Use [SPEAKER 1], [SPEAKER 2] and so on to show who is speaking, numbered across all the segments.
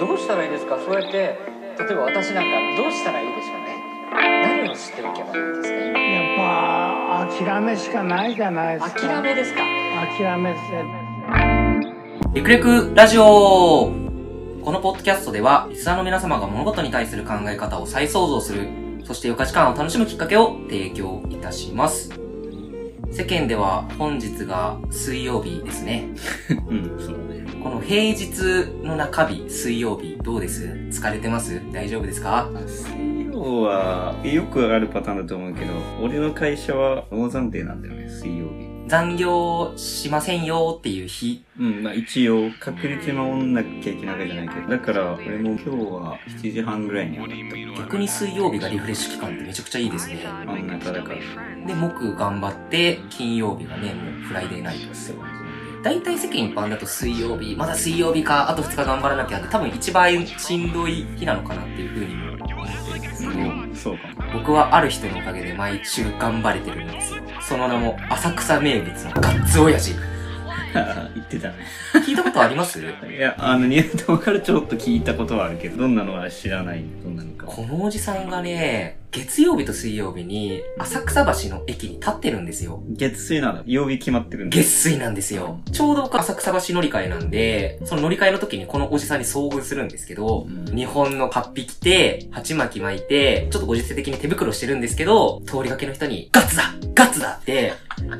[SPEAKER 1] どうしたらいいですかそうやって例えば私なんかどうしたらいいでしょうね何をしておけばいいんですか今
[SPEAKER 2] やっぱ諦めしかないじゃないですか。
[SPEAKER 1] 諦めですか
[SPEAKER 2] 諦めせ。
[SPEAKER 3] リクレクラジオこのポッドキャストでは、リスナーの皆様が物事に対する考え方を再創造する、そして余暇時間を楽しむきっかけを提供いたします。世間では本日が水曜日ですね。
[SPEAKER 4] うん、そうだね。
[SPEAKER 3] この平日の中日、水曜日、どうです疲れてます大丈夫ですか
[SPEAKER 4] 水曜は、よくあるパターンだと思うけど、俺の会社は大暫定なんだよね、水曜日。
[SPEAKER 3] 残業しませんよっていう日。
[SPEAKER 4] うん、まあ一応、確率守んなきゃいけないわけじゃないけど、だから、俺も今日は7時半ぐらいに上がっ
[SPEAKER 3] 逆に水曜日がリフレッシュ期間ってめちゃくちゃいいですね。
[SPEAKER 4] 真ん中だから。
[SPEAKER 3] で、木頑張って、金曜日がね、もうフライデーナイトですよ。大体世間一般だと水曜日、まだ水曜日か、あと2日頑張らなきゃって、多分一番しんどい日なのかなっていうふうにも思ってるんですけど、
[SPEAKER 4] た。うん、そうか も。
[SPEAKER 3] 僕はある人のおかげで毎週頑張れてるんですよ。その名も、浅草名物のガッツ親父。
[SPEAKER 4] 言ってたね。
[SPEAKER 3] 聞いたことあります
[SPEAKER 4] いや、あの、ニュートンからちょっと聞いたことはあるけど、どんなのは知らない、どんなのか。
[SPEAKER 3] このおじさんがね、月曜日と水曜日に浅草橋の駅に立ってるんですよ。
[SPEAKER 4] 月水なの曜日決まってるんだ。
[SPEAKER 3] 月水なんですよ。ちょうど僕浅草橋乗り換えなんで、その乗り換えの時にこのおじさんに遭遇するんですけど、
[SPEAKER 4] うん
[SPEAKER 3] 日本のカッピ着て、鉢巻き巻いて、ちょっとご時世的に手袋してるんですけど、通りがけの人に、ガッツだガッツだって、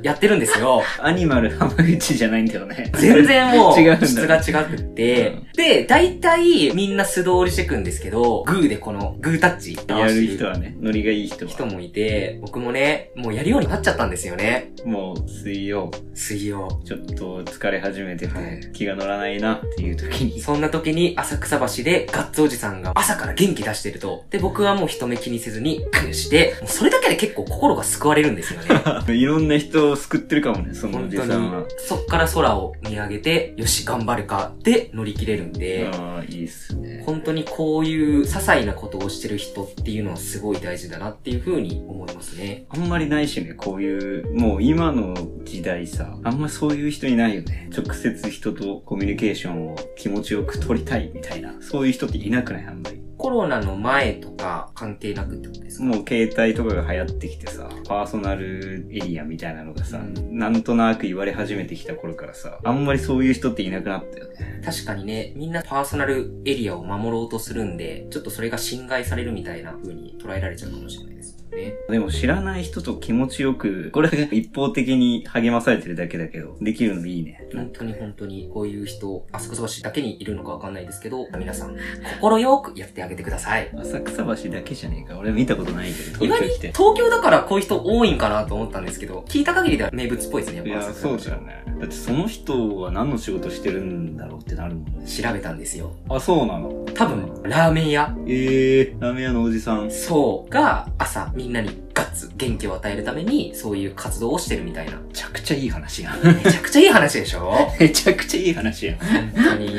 [SPEAKER 3] やってるんです よ。
[SPEAKER 4] アニマル浜口じゃないんだよ ね。
[SPEAKER 3] 全然もう、
[SPEAKER 4] 違うんだ。
[SPEAKER 3] 質が違くって、で、大体みんな素通りしてくんですけど、グーでこの、グータッチ
[SPEAKER 4] やる人はね、ノリがいい人は。
[SPEAKER 3] 人もいて、僕もね、もうやるようになっちゃったんですよね。
[SPEAKER 4] もう、水曜、
[SPEAKER 3] 水曜。
[SPEAKER 4] ちょっと疲れ始めてて、
[SPEAKER 3] はい
[SPEAKER 4] 気が乗らないなっていう時に。
[SPEAKER 3] そんな時に浅草橋でガッツおじさんが朝から元気出してると、で、僕はもう人目気にせずにグーして、もうそれだけで結構心が救われるんですよね。
[SPEAKER 4] いろんな人を救ってるかもね、そのお
[SPEAKER 3] 本
[SPEAKER 4] じ
[SPEAKER 3] 当
[SPEAKER 4] さ
[SPEAKER 3] に
[SPEAKER 4] んは。。
[SPEAKER 3] そっから空を見上げて、よし、頑張るか、で乗り切れるんで、
[SPEAKER 4] ああ、いいっすね。
[SPEAKER 3] 本当にこういう些細なことをしてる人っていうのはすごい大事だなっていうふうに思いますね。
[SPEAKER 4] あんまりないしね、こういう、もう今の時代さ、あんまそういう人いないよね。直接人とコミュニケーションを気持ちよく取りたいみたいな、そういう人っていなくないあんまり。
[SPEAKER 3] コロナの前とか関係なくってことですか
[SPEAKER 4] もう携帯とかが流行ってきてさ、パーソナルエリアみたいなのがさ、
[SPEAKER 3] うん
[SPEAKER 4] なんとなく言われ始めてきた頃からさ、あんまりそういう人っていなくなったよね。
[SPEAKER 3] 確かにね、みんなパーソナルエリアを守ろうとするんで、ちょっとそれが侵害されるみたいな風に捉えられちゃうかもしれないですよね。
[SPEAKER 4] でも知らない人と気持ちよく、これが一方的に励まされてるだけだけど、できるのいいね。
[SPEAKER 3] 本当に本当に、こういう人、あそこそばしだけにいるのかわかんないですけど、皆さん、心よくやってあげてください。
[SPEAKER 4] 浅草橋だけじゃねえか。俺見たことないけど、
[SPEAKER 3] 意
[SPEAKER 4] 東
[SPEAKER 3] 外
[SPEAKER 4] 京
[SPEAKER 3] に
[SPEAKER 4] 来て。
[SPEAKER 3] 東京だからこういう人多いんかなと思ったんですけど、聞いた限りでは名物っぽいですね、
[SPEAKER 4] い
[SPEAKER 3] やっぱ
[SPEAKER 4] や、そうじゃんね。だってその人は何の仕事してるんだろうってなるもんね。
[SPEAKER 3] 調べたんですよ。
[SPEAKER 4] あ、そうなの。
[SPEAKER 3] 多分、ラーメン屋、
[SPEAKER 4] ええー、ラーメン屋のおじさん。
[SPEAKER 3] そう、が朝みんなにガッツ、元気を与えるために、そういう活動をしてるみたいな。
[SPEAKER 4] めちゃくちゃいい話やん。
[SPEAKER 3] めちゃくちゃいい話でしょ
[SPEAKER 4] めちゃくちゃいい話やん。
[SPEAKER 3] 本当に、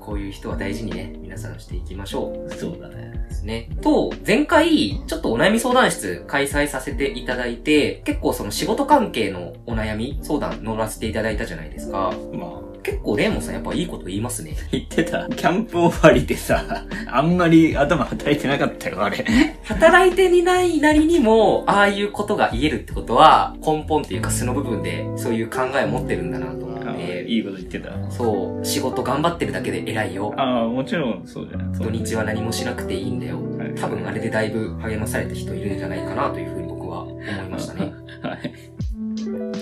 [SPEAKER 3] こういう人は大事にね、皆さんしていきましょ
[SPEAKER 4] そうだね
[SPEAKER 3] う。ですね。と、前回、ちょっとお悩み相談室開催させていただいて、結構その仕事関係のお悩み相談乗らせていただいたじゃないですか。
[SPEAKER 4] まあ、
[SPEAKER 3] 結構レイモンさんやっぱいいこと言いますね。
[SPEAKER 4] 言ってた。キャンプ終わりでさ、 あんまり頭働いてなかったよ、あれ。
[SPEAKER 3] 働いていないなりにも、ああいうことが言えるってことは、根本というか素の部分で、そういう考えを持ってるんだなと思って、
[SPEAKER 4] いいこと言ってた。
[SPEAKER 3] そう、仕事頑張ってるだけで偉いよ。
[SPEAKER 4] ああ、もちろんそうじゃない。
[SPEAKER 3] 土日は何もしなくていいんだよ。
[SPEAKER 4] はい
[SPEAKER 3] 多分あれでだいぶ励まされた人いるんじゃないかなというふうに僕は思いました ね。
[SPEAKER 4] はい。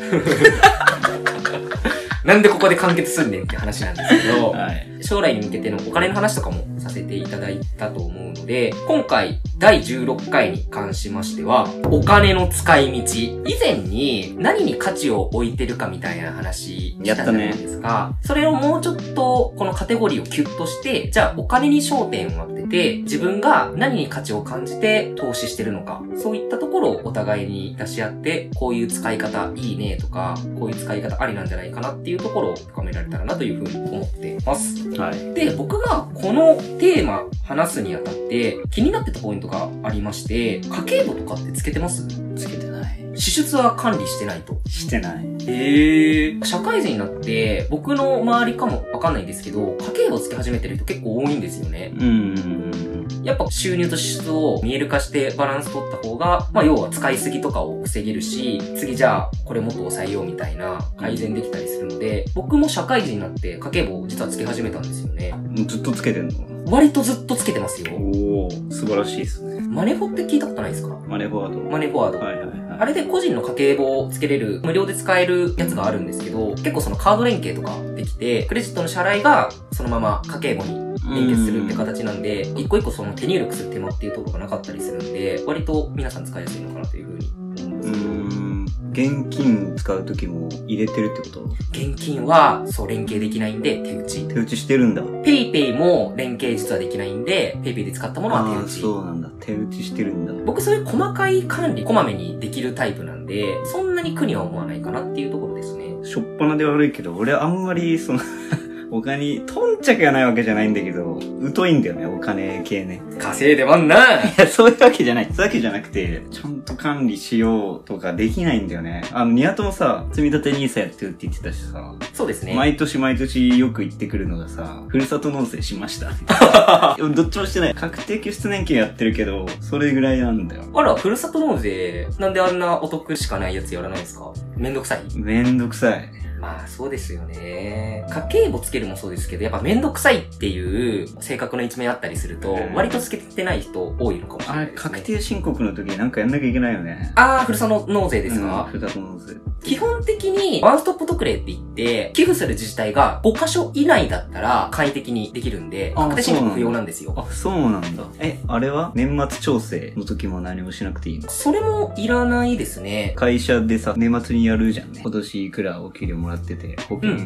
[SPEAKER 3] なんでここで完結すんねんって話なんですけど、
[SPEAKER 4] はい。
[SPEAKER 3] 将来に向けてのお金の話とかもさせていただいたと思うので、今回第16回に関しましては、お金の使い道。以前に何に価値を置いてるかみたいな話したじゃないですか。それをもうちょっとこのカテゴリーをキュッとして、じゃあお金に焦点を当てて、自分が何に価値を感じて投資してるのか、そういったところをお互いに出し合って、こういう使い方いいねとか、こういう使い方ありなんじゃないかなっていうところを深められたらなというふうに思ってます。
[SPEAKER 4] はい。
[SPEAKER 3] で、僕がこのテーマ話すにあたって気になってたポイントがありまして、家計簿とかってつけてます
[SPEAKER 4] つけてない。
[SPEAKER 3] 支出は管理してないと。
[SPEAKER 4] してない。
[SPEAKER 3] へえ。社会人になって、僕の周りかもわかんないんですけど、家計簿つけ始めてる人結構多いんですよね。
[SPEAKER 4] うんうんうん
[SPEAKER 3] やっぱ収入と支出を見える化してバランス取った方が、まあ要は使いすぎとかを防げるし、次じゃあこれもっと抑えようみたいな改善できたりするので、僕も社会人になって家計簿を実はつけ始めたんですよね。
[SPEAKER 4] うん。ずっとつけてんの
[SPEAKER 3] 割とずっとつけてますよ。
[SPEAKER 4] おー、素晴らしいですね。
[SPEAKER 3] マネフォって聞いたことないですか
[SPEAKER 4] マネーフォワード。
[SPEAKER 3] マネフォワード。
[SPEAKER 4] はいはいはい。
[SPEAKER 3] あれで個人の家計簿をつけれる、無料で使えるやつがあるんですけど、結構そのカード連携とかできて、クレジットの支払いがそのまま家計簿に連結するって形なんで、一個一個その手入力する手間っていうところがなかったりするんで、割と皆さん使いやすいのかなというふうに思うん
[SPEAKER 4] う
[SPEAKER 3] ですけど、
[SPEAKER 4] ん。現金使うときも入れてるってこと
[SPEAKER 3] 現金はそう連携できないんで手打ち。
[SPEAKER 4] 手打ちしてるんだ。
[SPEAKER 3] ペイペイも連携実はできないんで、ペイペイで使ったものは
[SPEAKER 4] あ
[SPEAKER 3] 手
[SPEAKER 4] ー
[SPEAKER 3] 打ち。
[SPEAKER 4] そうなんだ。手打ちしてるんだ。
[SPEAKER 3] 僕そういう細かい管理、こまめにできるタイプなんで、そんなに苦には思わないかなっていうところですね。
[SPEAKER 4] しょっぱなで悪いけど、俺あんまり、その、 お金、とんちゃくがないわけじゃないんだけど、疎いんだよね、お金系ね。
[SPEAKER 3] 稼いでまんない
[SPEAKER 4] や、そういうわけじゃない。そういうわけじゃなくて、ちゃんと管理しようとかできないんだよね。あの、ニワトもさ、積み立て NISA やってるって言ってたしさ、
[SPEAKER 3] そうですね。
[SPEAKER 4] 毎年毎年よく行ってくるのがさ、ふるさと納税しました。 でもどっちもしてない。確定拠出年金やってるけど、それぐらいなんだよ。
[SPEAKER 3] あら、ふるさと納税、なんであんなお得しかないやつやらないんですかめんどくさい
[SPEAKER 4] めんどくさい。
[SPEAKER 3] まあ、そうですよね。家計簿つけるもそうですけど、やっぱめんどくさいっていう性格の一面あったりすると
[SPEAKER 4] う、ん
[SPEAKER 3] 割とつけてない人多いのかもしれ
[SPEAKER 4] あ
[SPEAKER 3] ない
[SPEAKER 4] れ、
[SPEAKER 3] です、ね。
[SPEAKER 4] 確定申告の時なんかやんなきゃいけないよね。
[SPEAKER 3] あー、ふるさと納税です
[SPEAKER 4] うん
[SPEAKER 3] か、
[SPEAKER 4] ふるさと納税。
[SPEAKER 3] 基本的に、ワンストップ特例って言って、寄付する自治体が5箇所以内だったら、簡易的にできるんで、
[SPEAKER 4] あー
[SPEAKER 3] 確定申
[SPEAKER 4] そ
[SPEAKER 3] 告
[SPEAKER 4] うなんだ
[SPEAKER 3] 不要なんですよ。
[SPEAKER 4] あ、そうなんだ。え、あれは年末調整の時も何もしなくていいの
[SPEAKER 3] それもいらないですね。
[SPEAKER 4] 会社でさ、年末にやるじゃんね。今年いくらお給料もらってて、保険
[SPEAKER 3] う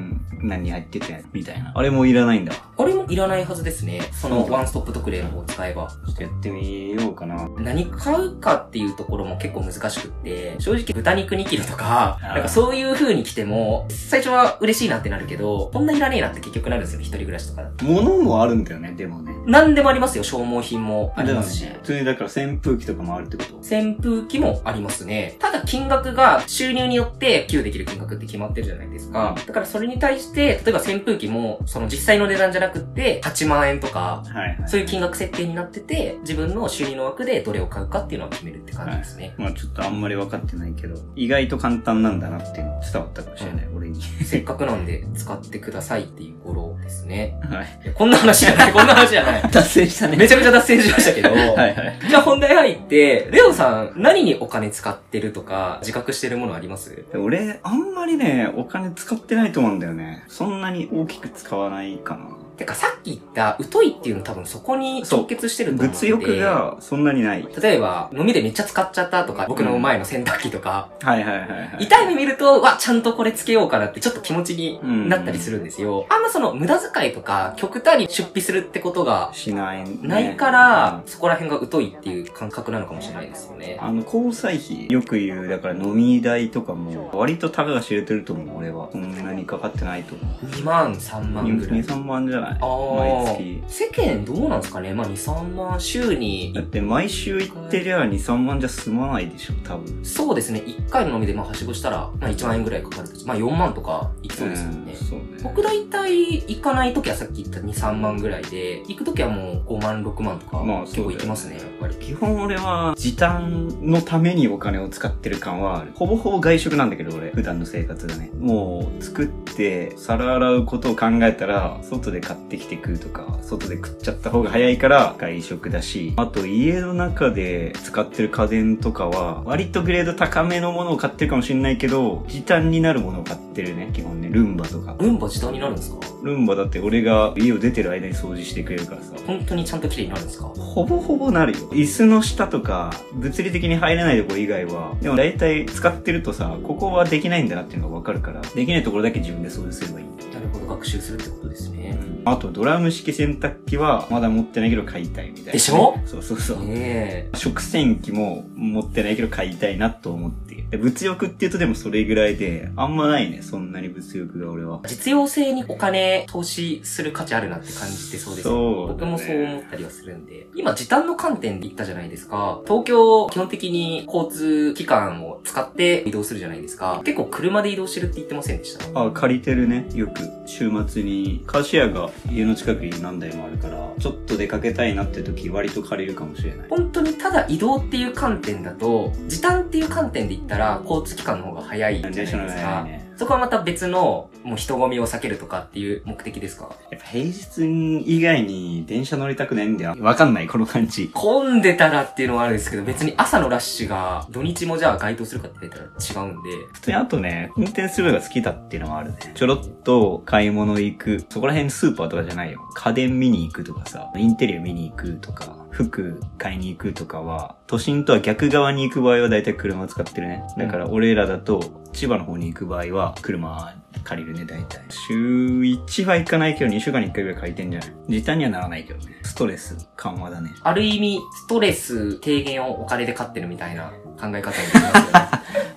[SPEAKER 4] 何入ってて、みたいな。あれもいらないんだ。ち
[SPEAKER 3] あれもいらないはずですね。そのワンストップ特例の方を使えば。
[SPEAKER 4] ょっとやってみようかな。
[SPEAKER 3] 何買うかっていうところも結構難しくって、正直豚肉2キロとか、
[SPEAKER 4] あー
[SPEAKER 3] なんかそういう風に来ても、最初は嬉しいなってなるけど、こんないらねえなって結局なるんですよね、一人暮らしとかだと。
[SPEAKER 4] 物もあるんだよね、でもね。
[SPEAKER 3] 何でもありますよ、消耗品もありますし。
[SPEAKER 4] 普通にだから扇風機とかもあるってこと
[SPEAKER 3] 扇風機もありますね。ただ金額が収入によって給付できる金額って決まってるじゃないですか。だからそれに対して、例えば扇風機も、その実際の値段じゃなくって、8万円とか、
[SPEAKER 4] はいはい。
[SPEAKER 3] そういう金額設定になってて、自分の収入の枠でどれを買うかっていうのは決めるって感じですね。
[SPEAKER 4] まあちょっとあんまり分かってないけど、意外と簡単なんだなっていうの伝わったかもしれない、俺 に。
[SPEAKER 3] せっかくなんで使ってくださいっていう頃ですね。
[SPEAKER 4] はい。
[SPEAKER 3] いやこんな話じゃない、こんな話じゃ ない。
[SPEAKER 4] 達成した
[SPEAKER 3] めちゃめちゃ脱線しましたけど。
[SPEAKER 4] はいはい。
[SPEAKER 3] じゃあ本題入って、レオさん、何にお金使ってるとか、自覚してるものあります
[SPEAKER 4] 俺、あんまりね、お金使ってないと思うんだよね。そんなに大きく使わないかな。
[SPEAKER 3] てかさっき言った、疎いっていうの多分そこに直結してると思うんで。
[SPEAKER 4] 物欲。がそんなにない。
[SPEAKER 3] 例えば、飲みでめっちゃ使っちゃったとか、僕の前の洗濯機とか、
[SPEAKER 4] はいはいはいはい。
[SPEAKER 3] 痛い目見ると、わ、ちゃんとこれつけようかなってちょっと気持ちに
[SPEAKER 4] うん
[SPEAKER 3] なったりするんですよ。あんまその無駄遣いとか、極端に出費するってことが
[SPEAKER 4] しない、ね、
[SPEAKER 3] ないから、そこら辺が疎いっていう感覚なのかもしれないですよね。
[SPEAKER 4] あの交際費よく言うだから飲み代とかも割とたかが知れてると思う俺はそんなにかかってないと思う
[SPEAKER 3] 2万、3万ぐらい。
[SPEAKER 4] 23万じゃない
[SPEAKER 3] あー
[SPEAKER 4] 毎月
[SPEAKER 3] 世間どうなんですかねまあ2、3万週に
[SPEAKER 4] だっ、て毎週行ってりゃ23万じゃ済まないでしょ多分
[SPEAKER 3] そうですね、1回の飲みでまあはしごしたら、まあ1万円ぐらいかかると。まあ4万とかいきそうですよね
[SPEAKER 4] ん。そうね
[SPEAKER 3] 僕大体行かない時はさっき言った2、3万ぐらいで、行く時はもう5万、6万とか、
[SPEAKER 4] まあ
[SPEAKER 3] 結構行きますね、やっぱり。
[SPEAKER 4] 基本俺は時短のためにお金を使ってる感はあるほぼほぼ外食なんだけど俺普段の生活がねもう作って皿洗うことを考えたら外で買ってきて食うとか外で食っちゃった方が早いから外食だしあと家の中で使ってる家電とかは割とグレード高めのものを買ってるかもしれないけど時短になるものを買ってるね基本ねルンバとか
[SPEAKER 3] ルンバ時短になるんですか
[SPEAKER 4] ルンバだって俺が家を出てる間に掃除してくれるからさ
[SPEAKER 3] 本当にちゃんと綺麗になるんですか
[SPEAKER 4] ほぼほぼなるよ。椅子の下とか、物理的に入れないとこ以外は、でも大体使ってるとさ、ここはできないんだなっていうのがわかるから、できないところだけ自分で掃除すればいい。
[SPEAKER 3] なるほど、学習するってことですね。
[SPEAKER 4] あとドラム式洗濯機はまだ持ってないけど買いたいみたいな。
[SPEAKER 3] でしょ
[SPEAKER 4] そうそうそう。
[SPEAKER 3] ねえ。
[SPEAKER 4] 食洗機も持ってないけど買いたいなと思って。で物欲って言うとでもそれぐらいで、あんまないね、そんなに物欲が俺は。
[SPEAKER 3] 実用性にお金投資する価値あるなって感じてそうですよね
[SPEAKER 4] そうだね
[SPEAKER 3] 僕もそう思ったりはするんで。今、時短の観点で言ったじゃないですか。東京、基本的に交通機関を使って移動するじゃないですか。結構車で移動してるって言ってませんでした
[SPEAKER 4] あ、借りてるね、よく。週末に、カーシェアが家の近くに何台もあるから、ちょっと出かけたいなって時割と借りるかもしれない。
[SPEAKER 3] 本当にただ移動っていう観点だと、時短っていう観点で言ったら、交通機関の方が早いじゃないです
[SPEAKER 4] 電車の早い
[SPEAKER 3] か。
[SPEAKER 4] ね。
[SPEAKER 3] そこはまた別の、もう人混みを避けるとかっていう目的ですか
[SPEAKER 4] やっぱ平日以外に電車乗りたくないんだよ。わかんない、この感じ。
[SPEAKER 3] 混んでたらっていうのはあるんですけど、別に朝のラッシュが土日もじゃあ該当するかって言ったら違うんで、
[SPEAKER 4] 普通にあとね、運転するのが好きだっていうのもあるね。ちょろっと買い物行く。そこら辺スーパーとかじゃないよ。家電見に行くとかさ、インテリア見に行くとか、服買いに行くとかは、都心とは逆側に行く場合は大体車使ってるね。だから俺らだと、千葉の方に行く場合は、車借りるね、大体。週1は行かないけど、2週間に1回ぐらい借りてんじゃない時短にはならないけどね。ストレス緩和だね。
[SPEAKER 3] ある意味、ストレス低減をお金で買ってるみたいな考え方になり ますよね。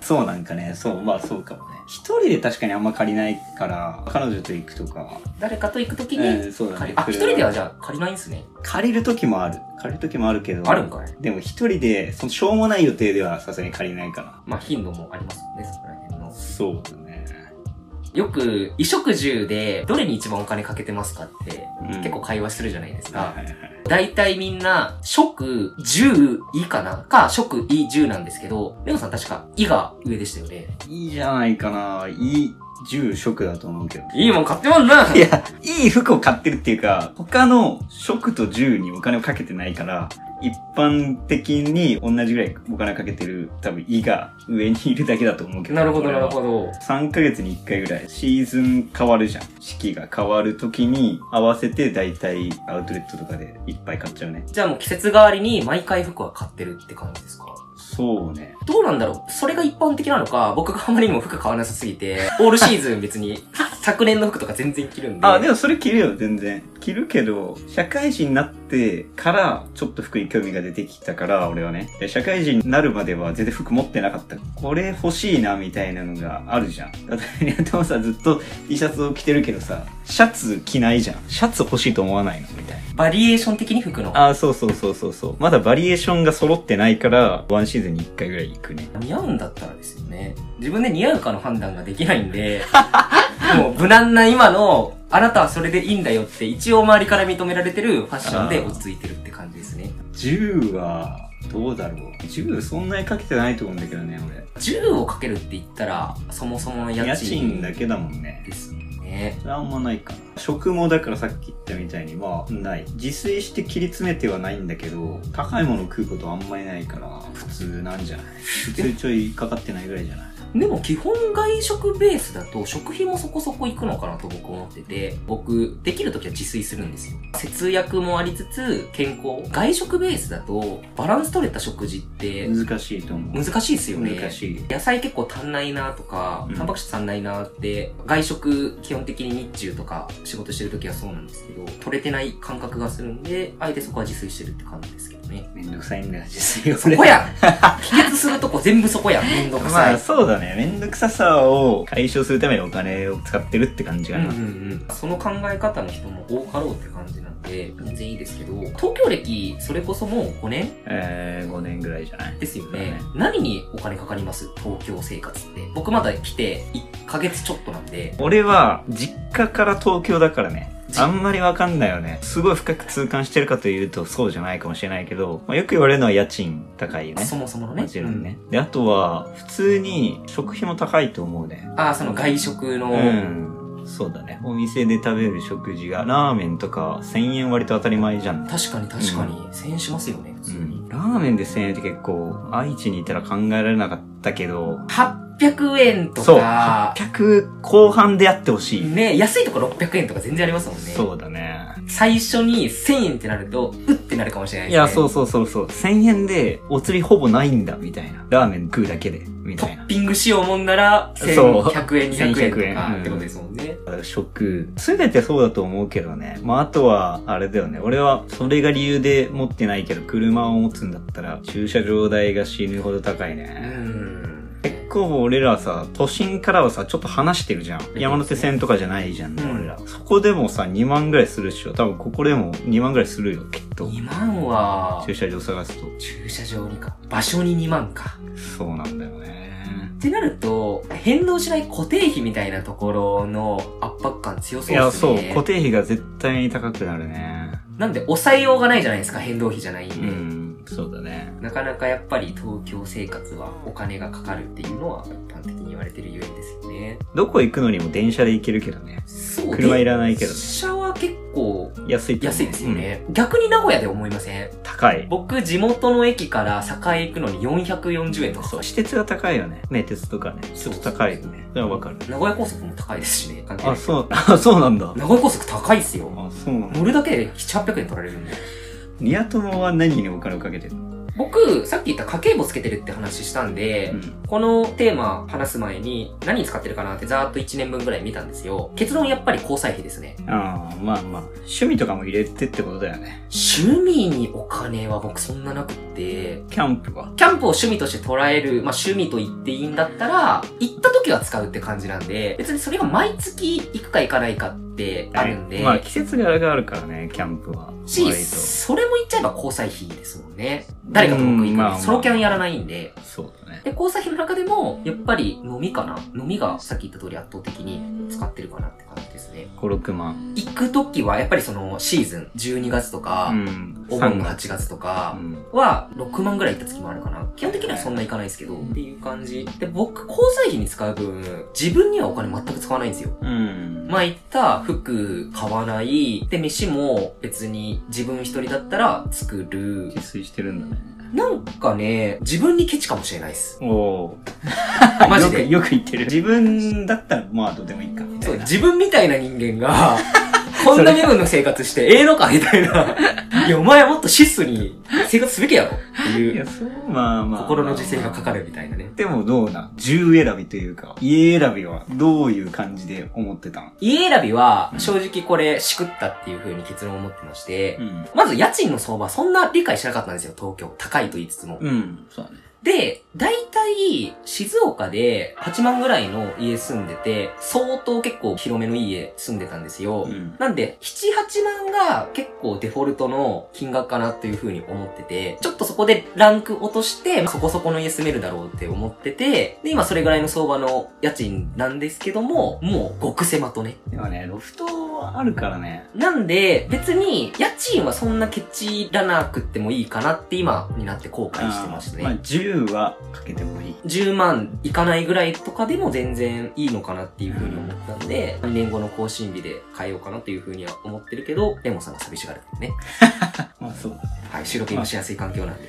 [SPEAKER 4] そうなんかね、そう、まあそうかもね。一人で確かにあんま借りないから、彼女と行くとか、
[SPEAKER 3] 誰かと行くとき
[SPEAKER 4] え
[SPEAKER 3] に、
[SPEAKER 4] えそうだね
[SPEAKER 3] 借りあ、一人ではじゃあ借りないんですね。
[SPEAKER 4] 借りる時もある。借りる時もあるけど。
[SPEAKER 3] あるんかい
[SPEAKER 4] でも一人で、そのしょうもない予定ではさすがに借りないかな。
[SPEAKER 3] まあ頻度もありますよね、そこら辺の。
[SPEAKER 4] そうだね。
[SPEAKER 3] よく、衣食住で、どれに一番お金かけてますかって、
[SPEAKER 4] うん
[SPEAKER 3] 結構会話するじゃないですか。
[SPEAKER 4] はいはいはい。
[SPEAKER 3] 大体みんな、食、住、いかなか、食、い、住なんですけど、レオさん確か、いが上でしたよね。
[SPEAKER 4] いいじゃないかな。いい住職だと思うけど。
[SPEAKER 3] いいもん買ってまんない
[SPEAKER 4] や、いい服を買ってるっていうか、他の食と住にお金をかけてないから、一般的に同じぐらいお金かけてる、多分、いが上にいるだけだと思うけど。
[SPEAKER 3] なるほど、
[SPEAKER 4] 俺
[SPEAKER 3] な
[SPEAKER 4] は
[SPEAKER 3] るほど。
[SPEAKER 4] 3ヶ月に1回ぐらいシーズン変わるじゃん。四季が変わる時に合わせて大体アウトレットとかでいっぱい買っちゃうね。
[SPEAKER 3] じゃあもう季節代わりに、毎回服は買ってるって感じですか
[SPEAKER 4] そうね。
[SPEAKER 3] どうなんだろうそれが一般的なのか、僕があまりにも服買わなさすぎて、オールシーズン別に、 昨年の服とか全然着るんで。
[SPEAKER 4] あ、で
[SPEAKER 3] も、
[SPEAKER 4] もそれ着るよ、全然。着るけど、社会人になってから、ちょっと服に興味が出てきたから、俺はね。で社会人になるまでは全然服持ってなかった。これ欲しいな、みたいなのがあるじゃん。だって、ね、でもさ、ずっと T シャツを着てるけどさ、シャツ着ないじゃん。シャツ欲しいと思わないのみたいな。
[SPEAKER 3] バリエーション的に服の。
[SPEAKER 4] あーそうそうそうそうそうまだバリエーションが揃ってないからワンシーズンに1回ぐらい行くね
[SPEAKER 3] 似合うんだったらですよね。自分で似合うかの判断ができないんで、 もう無難な今の、あなたはそれでいいんだよって、一応周りから認められてるファッションで落ち着いてるって感じですね。
[SPEAKER 4] 10はどうだろう10そんなにかけてないと思うんだけどね
[SPEAKER 3] 10をかけるって言ったら、そもそもの家賃
[SPEAKER 4] 俺家賃だけだもんね
[SPEAKER 3] ですね。
[SPEAKER 4] それはあんまないかな食もだからさっき言ったみたいにまあない自炊して切り詰めてはないんだけど高いもの食うことあんまりないから普通なんじゃない普通ちょいかかってないぐらいじゃない
[SPEAKER 3] でも基本外食ベースだと食費もそこそこいくのかなと僕思ってて、僕、できる時は自炊するんですよ。節約もありつつ、健康。外食ベースだと、バランス取れた食事って、
[SPEAKER 4] 難しいと思う
[SPEAKER 3] 難しいですよね。
[SPEAKER 4] 難しい
[SPEAKER 3] 野菜結構足んないなとか
[SPEAKER 4] う、ん
[SPEAKER 3] タンパク質足んないなって、外食基本的に日中とか仕事してる時はそうなんですけど、取れてない感覚がするんで、あえてそこは自炊してるって感じですけどね。
[SPEAKER 4] めんどくさいんだよ自炊は
[SPEAKER 3] そこやん 帰結するとこ全部そこやんめんどく
[SPEAKER 4] ま
[SPEAKER 3] さい
[SPEAKER 4] あ。そうだね。めんどくささを解消するためにお金を使ってるって感じ
[SPEAKER 3] う
[SPEAKER 4] か
[SPEAKER 3] んう
[SPEAKER 4] な。
[SPEAKER 3] んうん、その考え方の人も多かろうって感じなんで、全然いいですけど、東京歴、それこそもう5年
[SPEAKER 4] えー、5年ぐらいじゃない
[SPEAKER 3] ですよ
[SPEAKER 4] そうだ
[SPEAKER 3] ね。何にお金かかります東京生活って。僕まだ来て1ヶ月ちょっとなんで、
[SPEAKER 4] 俺は、実家から東京だからね。
[SPEAKER 3] じ
[SPEAKER 4] あんまりわかんないよね。すごい深く痛感してるかというと、そうじゃないかもしれないけど、まあ、よく言われるのは家賃高いよね。
[SPEAKER 3] そもそものね。
[SPEAKER 4] もちろんね。で、あとは、普通に食費も高いと思うね。
[SPEAKER 3] うん。ああ、その外食の、
[SPEAKER 4] うん。そうだね。お店で食べる食事が、ラーメンとか1000円割と当たり前じゃん。
[SPEAKER 3] 確かに確かに、1000円しますよね、普通に。
[SPEAKER 4] ラーメンで1000円って結構、愛知にいたら考えられなかったけど、
[SPEAKER 3] 800円と
[SPEAKER 4] そう
[SPEAKER 3] か、
[SPEAKER 4] 800後半でやってほしい。
[SPEAKER 3] ね、安いとこ600円とか全然ありますもんね。
[SPEAKER 4] そうだね。
[SPEAKER 3] 最初に1000円ってなると、うってなるかもしれない
[SPEAKER 4] い
[SPEAKER 3] ですね。
[SPEAKER 4] や、そうそうそうそう。1000円でお釣りほぼないんだ、みたいな。ラーメン食うだけで。み
[SPEAKER 3] ト
[SPEAKER 4] たいな
[SPEAKER 3] ッ。ピングしようもんなら、
[SPEAKER 4] そう
[SPEAKER 3] 1100円、200
[SPEAKER 4] 1100
[SPEAKER 3] 円
[SPEAKER 4] 円
[SPEAKER 3] とかってことですもんね。
[SPEAKER 4] 食、すべてそうだと思うけどね。まあ、あとは、あれだよね。俺は、それが理由で持ってないけど、車を持つんだったら、駐車場代が死ぬほど高いうね。
[SPEAKER 3] ん。
[SPEAKER 4] 結構俺らさ、都心からはさ、ちょっと離してるじゃん。
[SPEAKER 3] ね
[SPEAKER 4] 山手線とかじゃないじゃん、ね
[SPEAKER 3] うん
[SPEAKER 4] 俺ら。そこでもさ、2万ぐらいするっしょ。多分ここでも2万ぐらいするよ、きっと。
[SPEAKER 3] 2万は、
[SPEAKER 4] 駐車場探すと。
[SPEAKER 3] 駐車場にか。場所に2万か。
[SPEAKER 4] そうなんだよね。
[SPEAKER 3] ってなると、変動しない固定費みたいなところの圧迫感強
[SPEAKER 4] い
[SPEAKER 3] そう
[SPEAKER 4] や、
[SPEAKER 3] です
[SPEAKER 4] そう
[SPEAKER 3] ね。。
[SPEAKER 4] 固定費が絶対に高くなるね。
[SPEAKER 3] なんで、抑えようがないじゃないですか、変動費じゃないんで。
[SPEAKER 4] うん、そうだね。
[SPEAKER 3] なかなかやっぱり東京生活はお金がかかるっていうのは一般的に言われてるゆえんですよね。
[SPEAKER 4] どこ行くのにも電車で行けるけどね。
[SPEAKER 3] そう
[SPEAKER 4] 車いらないけどね
[SPEAKER 3] 電車は結構
[SPEAKER 4] 安いと思う
[SPEAKER 3] 安いですよね。逆に名古屋で思いません
[SPEAKER 4] うん高い。
[SPEAKER 3] 僕、地元の駅から栄行くのに440円とか。
[SPEAKER 4] そう、私鉄が高いよね。名鉄とかね。ちょっと高いよね。それはわかる。
[SPEAKER 3] 名古屋高速も高いですしね。関係ない
[SPEAKER 4] あ、そう、あ、そうなんだ。
[SPEAKER 3] 名古屋高速高いっすよ。
[SPEAKER 4] あ、そうなんだ。
[SPEAKER 3] 乗るだけで7、800円取られるんで。
[SPEAKER 4] ニア友は何にお金をかけてるの
[SPEAKER 3] 僕、さっき言った家計簿つけてるって話したんで、
[SPEAKER 4] うん。
[SPEAKER 3] このテーマ話す前に何に使ってるかなってざーっと1年分ぐらい見たんですよ。結論やっぱり交際費ですね。
[SPEAKER 4] ああ、まあまあ。趣味とかも入れてってことだよね。
[SPEAKER 3] 趣味にお金は僕そんななくって、
[SPEAKER 4] キャンプは。
[SPEAKER 3] キャンプを趣味として捉える、まあ趣味と言っていいんだったら、行った時は使うって感じなんで、別にそれが毎月行くか行かないかってあるんで、
[SPEAKER 4] まあ季節柄があるからね、キャンプは。
[SPEAKER 3] し、
[SPEAKER 4] 割と
[SPEAKER 3] それも言っちゃえば交際費ですもんね。誰かと僕行く
[SPEAKER 4] うんん
[SPEAKER 3] で、
[SPEAKER 4] まあまあ
[SPEAKER 3] ソロキャンやらないんで。
[SPEAKER 4] そうだね。
[SPEAKER 3] で、交際費の中でも、やっぱり飲みかな飲みがさっき言った通り圧倒的に使ってるかなって感じですね。
[SPEAKER 4] 5、6万。
[SPEAKER 3] 行く時はやっぱりそのシーズン、12月とか、
[SPEAKER 4] うん。
[SPEAKER 3] お盆の8月とか
[SPEAKER 4] う、ん。
[SPEAKER 3] は6万ぐらい行った月もあるかな。基本的にはそんな行かないですけど、っていう感じ。で、僕、交際費に使う分、自分にはお金全く使わないんですよ。
[SPEAKER 4] うん。
[SPEAKER 3] まあ言った服買わない。で、飯も別に自分一人だったら作る
[SPEAKER 4] 自。炊してるんだね。
[SPEAKER 3] なんかね、自分にケチかもしれないです。
[SPEAKER 4] おお。
[SPEAKER 3] マジで
[SPEAKER 4] よくよく言ってる。自分だったら、まあどうでもいいか。みた
[SPEAKER 3] そう、
[SPEAKER 4] いな
[SPEAKER 3] 自分みたいな人間 が、こんな身分の生活して、ええのかみたいな。いや、お前はもっと質素に生活すべきやろって
[SPEAKER 4] い
[SPEAKER 3] い
[SPEAKER 4] や、
[SPEAKER 3] う、
[SPEAKER 4] そう、まあまあ。
[SPEAKER 3] 心の自制がかかるみたいなね。
[SPEAKER 4] でもどうなん銃選びというか、家選びはどういう感じで思ってたん
[SPEAKER 3] 家選びは、正直これ、しくったっていう風に結論を持ってまして、
[SPEAKER 4] ん。
[SPEAKER 3] まず家賃の相場、そんな理解しなかったんですよ、東京。高いと言いつつも。
[SPEAKER 4] うん。そうだね。
[SPEAKER 3] で、大体、静岡で8万ぐらいの家住んでて、相当結構広めのいい家住んでたんですよ。
[SPEAKER 4] ん。
[SPEAKER 3] なんで、7、8万が結構デフォルトの金額かなっていう風に思ってて、ちょっとそこでランク落として、そこそこの家住めるだろうって思ってて、で、今それぐらいの相場の家賃なんですけども、もう極狭とね、
[SPEAKER 4] でもね、ロフトはあるからね。
[SPEAKER 3] なんで、別に、家賃はそんなケチらなくってもいいかなって今になって後悔してました
[SPEAKER 4] あー
[SPEAKER 3] ね。
[SPEAKER 4] あ、銃はかけてもいい。
[SPEAKER 3] 10万いかないぐらいとかでも全然いいのかなっていうふうに思ったんで、2年後の更新日で変えようかなというふうには思ってるけど、レモンさんが寂しがるんでね。
[SPEAKER 4] まあそう。
[SPEAKER 3] はい、収録今しやすい環境なんで。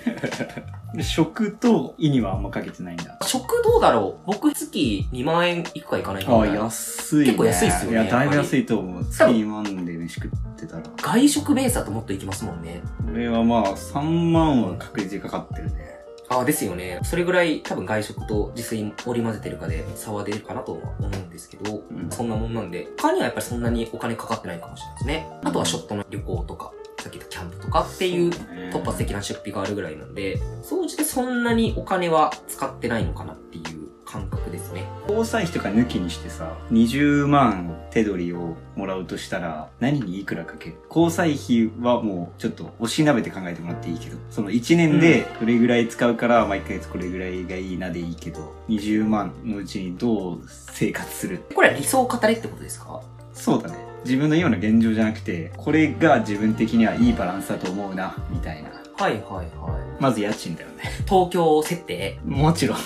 [SPEAKER 4] で食と意にはあんまかけてないんだ。
[SPEAKER 3] 食どうだろう僕月2万円いくかいかないか
[SPEAKER 4] あ
[SPEAKER 3] ぐ
[SPEAKER 4] あ、
[SPEAKER 3] らい。
[SPEAKER 4] 安い、ね。
[SPEAKER 3] 結構安いっすよね
[SPEAKER 4] いや、だいぶ安いと思う。月2万で飯食ってたら。
[SPEAKER 3] 外食ベースだともっといきますもんね。
[SPEAKER 4] これはまあ、3万は確実にかかってるね。
[SPEAKER 3] ああ、ですよね。それぐらい多分外食と自炊織り混ぜてるかで差は出るかなとは思うんですけど、
[SPEAKER 4] うん
[SPEAKER 3] そんなもんなんで、他にはやっぱりそんなにお金かかってないかもしれないですね。あとはショットの旅行とか、さっき言ったキャンプとかっていう突発的な出費があるぐらいなんで、総じてそんなにお金は使ってないのかなっていう感覚ですね。
[SPEAKER 4] 交際費とか抜きにしてさ、20万手取りをもらうとしたら、何にいくらかける交際費はもうちょっと押しなべて考えてもらっていいけど、その1年でこれぐらい使うから、毎回これぐらいがいいなでいいけど、20万のうちにどう生活する
[SPEAKER 3] これは理想を語れってことですか
[SPEAKER 4] そうだね。自分の今の現状じゃなくて、これが自分的にはいいバランスだと思うな、みたいな。
[SPEAKER 3] はいはいは
[SPEAKER 4] まず家賃だよね。
[SPEAKER 3] い。東京設定
[SPEAKER 4] もちろん。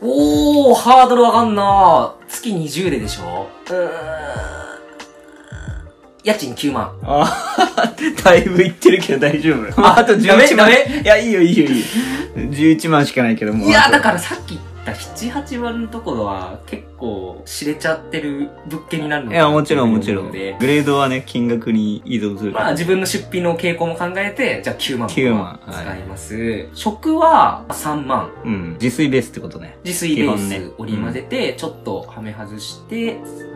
[SPEAKER 3] おー、ハードル上がんな月20ででしょうーん。家賃9万。
[SPEAKER 4] ああ、だいぶいってるけど大丈夫。
[SPEAKER 3] あ
[SPEAKER 4] あと
[SPEAKER 3] ダメ
[SPEAKER 4] 11
[SPEAKER 3] ダ
[SPEAKER 4] 万。
[SPEAKER 3] メ
[SPEAKER 4] いや、いいよいいよいいよ。11万しかないけどもう。
[SPEAKER 3] いや
[SPEAKER 4] あと
[SPEAKER 3] だからさっき言っだ7、8割のところは結構知れちゃってる物件になるの
[SPEAKER 4] い
[SPEAKER 3] かな
[SPEAKER 4] や、も
[SPEAKER 3] って
[SPEAKER 4] ち
[SPEAKER 3] いうふ
[SPEAKER 4] ろ
[SPEAKER 3] うんに
[SPEAKER 4] もちろ。
[SPEAKER 3] 思うんで
[SPEAKER 4] グレードはね、金額に依存するか
[SPEAKER 3] まあ
[SPEAKER 4] ら。
[SPEAKER 3] 自分の出費の傾向も考えて、じゃあ9万
[SPEAKER 4] 9万はい
[SPEAKER 3] 使います。食は3万。
[SPEAKER 4] うん。自炊ベースってことね。
[SPEAKER 3] 自炊ベー
[SPEAKER 4] 基本ね
[SPEAKER 3] ス折り混ぜて、ちょっとはめ外して、3万。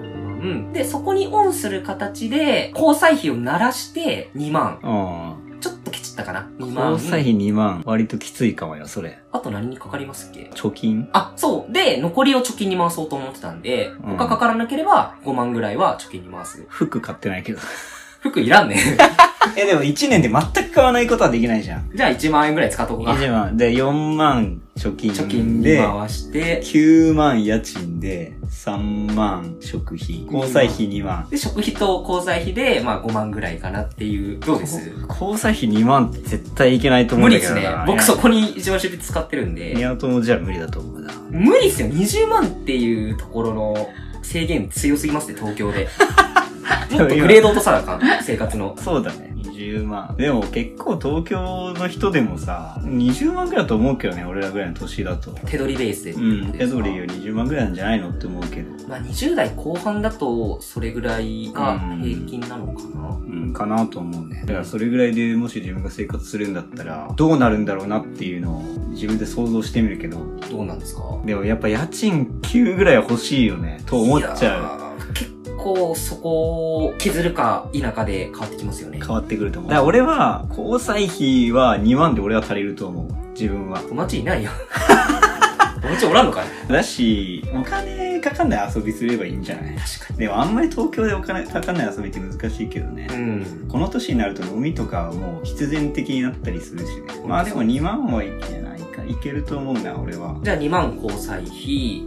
[SPEAKER 3] で、そこにオンする形で、交際費を鳴らして2万。
[SPEAKER 4] うん。
[SPEAKER 3] ちょっとケチったかな ?2 万。
[SPEAKER 4] 交際費2万、割ときついかもよ、それ。
[SPEAKER 3] あと何にかかりますっけ
[SPEAKER 4] 貯金
[SPEAKER 3] あ、そう。で、残りを貯金に回そうと思ってたんで、
[SPEAKER 4] ん
[SPEAKER 3] 他かからなければ5万ぐらいは貯金に回す。
[SPEAKER 4] 服買ってないけど。
[SPEAKER 3] 服いらんね。
[SPEAKER 4] え、でも1年で全く買わないことはできないじゃん。
[SPEAKER 3] じゃあ1万円ぐらい使っとこうか。
[SPEAKER 4] 1万。で、4万貯金で。
[SPEAKER 3] 貯金に回して、
[SPEAKER 4] 9万家賃で、3万食費。交際費2万。
[SPEAKER 3] で、食費と交際費で、まあ5万ぐらいかなっていう。どうです
[SPEAKER 4] 交際費2万って絶対いけないと思
[SPEAKER 3] 無
[SPEAKER 4] うん
[SPEAKER 3] 理
[SPEAKER 4] だ
[SPEAKER 3] っ
[SPEAKER 4] け
[SPEAKER 3] す
[SPEAKER 4] ど
[SPEAKER 3] ね。
[SPEAKER 4] な。
[SPEAKER 3] 僕そこに一番出費使ってるん
[SPEAKER 4] いや。ニ
[SPEAKER 3] で。
[SPEAKER 4] ワトもじゃあ無理だと思うな。
[SPEAKER 3] 無理っすよ。20万っていうところの制限強すぎますね、東京 で。もっとグレード落とさなあかん。生活の。
[SPEAKER 4] そうだね。20万。でも結構東京の人でもさ、20万ぐらいだと思うけどね、俺らぐらいの年だと。
[SPEAKER 3] 手取りベースで。
[SPEAKER 4] うん。手取りより20万ぐらいなんじゃないのって思うけど。
[SPEAKER 3] まあ、20代後半だとそれぐらいが平均なのかな
[SPEAKER 4] うん、かなと思うね。だからそれぐらいでもし自分が生活するんだったら、どうなるんだろうなっていうのを自分で想像してみるけど、
[SPEAKER 3] どうなんですか
[SPEAKER 4] でもやっぱ家賃9ぐらいは欲しいよね、と思っちゃう。
[SPEAKER 3] ゃう結構そこを削るか否かで変わってきますよね
[SPEAKER 4] 変わってくると思う。だから俺は、交際費は2万で俺は足りると思う。自分は。
[SPEAKER 3] 友達い ないよ友達おらんのかい
[SPEAKER 4] だし、お金かかんない遊びすればいいんじゃない
[SPEAKER 3] 確か
[SPEAKER 4] でもあんまり東京でお金かかんない遊びって難しいけどね。
[SPEAKER 3] うん
[SPEAKER 4] この年になると飲みとかはもう必然的になったりするしね。まあでも2万はいけないか。いけると思うな、俺は。
[SPEAKER 3] じゃあ2万交際費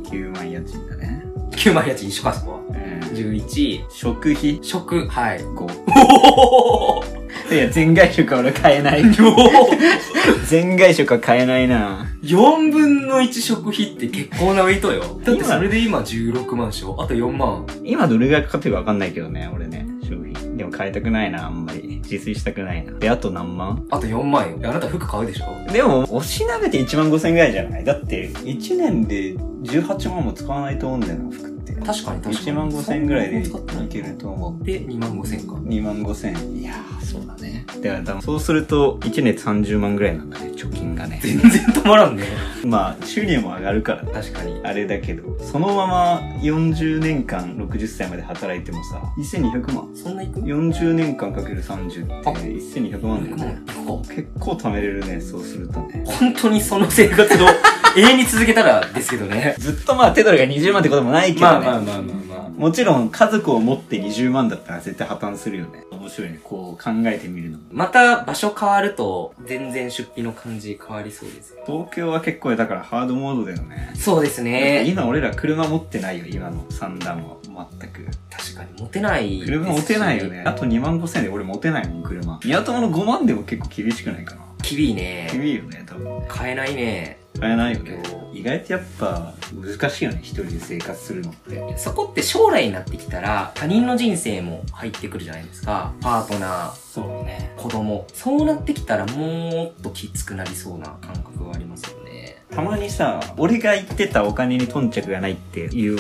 [SPEAKER 4] 9万家賃だね。
[SPEAKER 3] 9万家賃一緒かそこは
[SPEAKER 4] うん。
[SPEAKER 3] 11
[SPEAKER 4] 食費
[SPEAKER 3] 食はい
[SPEAKER 4] 5。
[SPEAKER 3] おー
[SPEAKER 4] いや、全外食は俺買え ない。 全外食は買えないな。
[SPEAKER 3] 4分の1食費って結構なウェイトよだってそれで今16万でしょあと4万
[SPEAKER 4] 今どれぐらいかかってるかわかんないけどね、俺ね。食費。でも買いたくないな、あんまり。自炊したくないな。で、あと何万
[SPEAKER 3] あと4万よ。あなた服買うでしょ
[SPEAKER 4] でも、おしなべて1万5千ぐらいじゃないだって、1年で18万も使わないと思うんだよな、服って。
[SPEAKER 3] 確かに確かに。
[SPEAKER 4] 1万5千ぐらいで
[SPEAKER 3] そんなに使
[SPEAKER 4] い
[SPEAKER 3] って
[SPEAKER 4] け
[SPEAKER 3] ない
[SPEAKER 4] ると思う。
[SPEAKER 3] で、2万5千か。
[SPEAKER 4] 2万5千。いやー、そうだね。だから多分、そうすると、1年30万ぐらいなんだね、貯金がね。
[SPEAKER 3] 全然止まらんね。
[SPEAKER 4] まあ、収入も上がるからね。
[SPEAKER 3] 確かに。
[SPEAKER 4] あれだけど、そのまま40年間60歳まで働いてもさ、1200万。
[SPEAKER 3] そんな行く
[SPEAKER 4] 40年間かける30って
[SPEAKER 3] あ
[SPEAKER 4] 1200万だよね。
[SPEAKER 3] もう
[SPEAKER 4] 結構貯めれるね、そうするとね。
[SPEAKER 3] 本当にその生活を永遠に続けたらですけどね。
[SPEAKER 4] ずっとま あ手取りが20万ってこともないけどね。
[SPEAKER 3] まあまあまあまあまあ。
[SPEAKER 4] もちろん家族を持って20万だったら絶対破綻するよね。面白いね。こう考えてみるの。
[SPEAKER 3] また場所変わると全然出費の感じ変わりそうです。
[SPEAKER 4] 東京は結構だからハードモードだよね。
[SPEAKER 3] そうですね。
[SPEAKER 4] 今俺ら車持ってないよ、今の三段は。全く。
[SPEAKER 3] 確かにモテない。
[SPEAKER 4] 車持てないよね。あ。と2万5千円で俺持てないもん、車。宮友の5万でも結構厳しくないかな。
[SPEAKER 3] 厳いね。
[SPEAKER 4] 厳しいよね、多分。
[SPEAKER 3] 買えないね。
[SPEAKER 4] 買えないよね。意外とやっぱ難しいよね、一人で生活するのって。
[SPEAKER 3] そこって将来になってきたら他人の人生も入ってくるじゃないですか。パートナー、
[SPEAKER 4] そうね。
[SPEAKER 3] 子供そうなってきたらもっときつくなりそうな感覚はありますよね
[SPEAKER 4] たまにさ、俺が言ってたお金に頓着がないって言う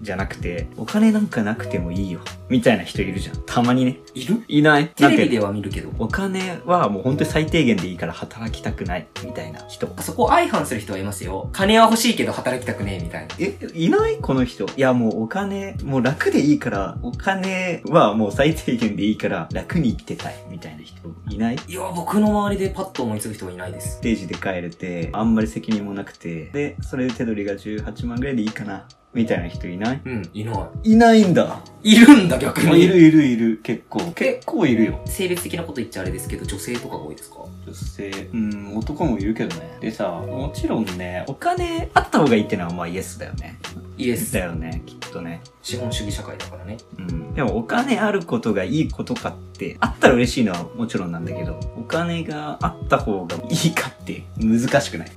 [SPEAKER 4] じゃなくて、お金なんかなくてもいいよ、みたいな人いるじゃん。たまにね。
[SPEAKER 3] いる
[SPEAKER 4] いない
[SPEAKER 3] テレビで
[SPEAKER 4] は。
[SPEAKER 3] は見るけど
[SPEAKER 4] お金はもう本当に最低限でいいから働きたくない、みたいな人。
[SPEAKER 3] そこを相反する人はいますよ金は欲しいけど働きたくねえみたいな
[SPEAKER 4] え、いないこの人。いや、もうお金、もう楽でいいから、お金はもう最低限でいいから、楽に生きてたい、みたいな人。いない
[SPEAKER 3] いや僕の周りでパッと思いつく人はいないです
[SPEAKER 4] ステージで帰れて、あんまり責任もなくて、で、それで手取りが18万ぐらいでいいかな、みたいな人いない
[SPEAKER 3] うんいない
[SPEAKER 4] ないんだ。
[SPEAKER 3] いいるんだ逆に
[SPEAKER 4] いるいるいる、結構。結構いるよ。
[SPEAKER 3] 性別的なこと言っちゃあれですけど女性とかが多いですか
[SPEAKER 4] 女性、うん、男もいるけどね。でさ、もちろんね、お金あった方がいいってのはまあイエスだよね。
[SPEAKER 3] イエス
[SPEAKER 4] だよね、きっとね。
[SPEAKER 3] 資本主義社会だからね
[SPEAKER 4] うん。でもお金あることがいいことかって、あったら嬉しいのはもちろんなんだけど、お金があった方がいいかって難しくない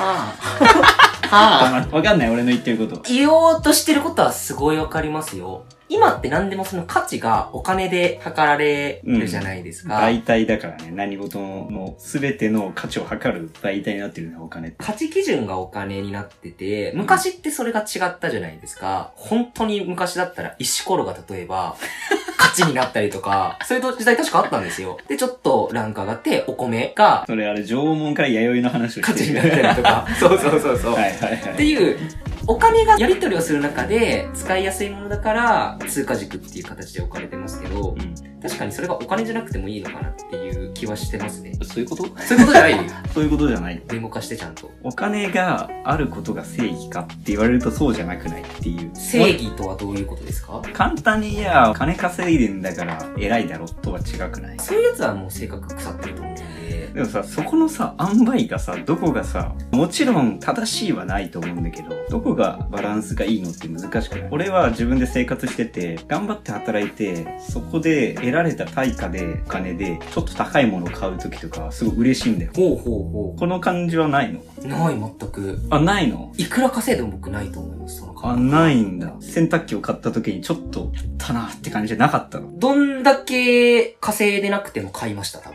[SPEAKER 3] ああ
[SPEAKER 4] はぁわかんない、俺の言ってること。
[SPEAKER 3] 言おうとしてることはすごいわかりますよ。今って何でもその価値がお金で測られるじゃないですか。
[SPEAKER 4] 媒体だからね、何事も全ての価値を測る媒体になってるね、お金って。
[SPEAKER 3] 価値基準がお金になってて、昔ってそれが違ったじゃないですか。本当に昔だったら石ころが例え ば、価値になったりとか、そういう時代確かあったんですよ。で、ちょっとランク上がって、お米が
[SPEAKER 4] それあれ、縄文から弥生の話を
[SPEAKER 3] 価値
[SPEAKER 4] して
[SPEAKER 3] に
[SPEAKER 4] る。
[SPEAKER 3] なったりとか。 そうそうそうそう。
[SPEAKER 4] はいはいは
[SPEAKER 3] っ
[SPEAKER 4] い。
[SPEAKER 3] ていう、お金がやり取りをする中で、使いやすいものだから、通貨軸っていう形で置かれてますけど、
[SPEAKER 4] うん
[SPEAKER 3] 確かにそれがお金じゃなくてもいいのかなっていう気はしてますね。
[SPEAKER 4] そういうこと
[SPEAKER 3] そういうことじゃない
[SPEAKER 4] そういうことじゃない。
[SPEAKER 3] 言語化してちゃんと。
[SPEAKER 4] お金があることが正義かって言われるとそうじゃなくないっていう。
[SPEAKER 3] 正義とはどういうことですか
[SPEAKER 4] 簡単にいや、金稼いでんだから偉いだろとは違くない
[SPEAKER 3] そういうやつはもう性格腐ってると思うんで。
[SPEAKER 4] でもさ、そこのさ、塩梅がさ、どこがさ、もちろん正しいはないと思うんだけど、どこがバランスがいいのって難しくない俺は自分で生活してて、頑張って働いて、そこで得られた対価で、お金で、ちょっと高いものを買う時とか、すごい嬉しいんだよ。
[SPEAKER 3] ほうほうほ
[SPEAKER 4] この感じはないの
[SPEAKER 3] う。ない、全く。
[SPEAKER 4] あ、ないの
[SPEAKER 3] いくら稼いでも僕ないと思います、その
[SPEAKER 4] あ、
[SPEAKER 3] 感覚
[SPEAKER 4] ないんだ。洗濯機を買った時にちょっと、やったなって感じじゃなかったの。
[SPEAKER 3] どんだけ稼いでなくても買いました、多分。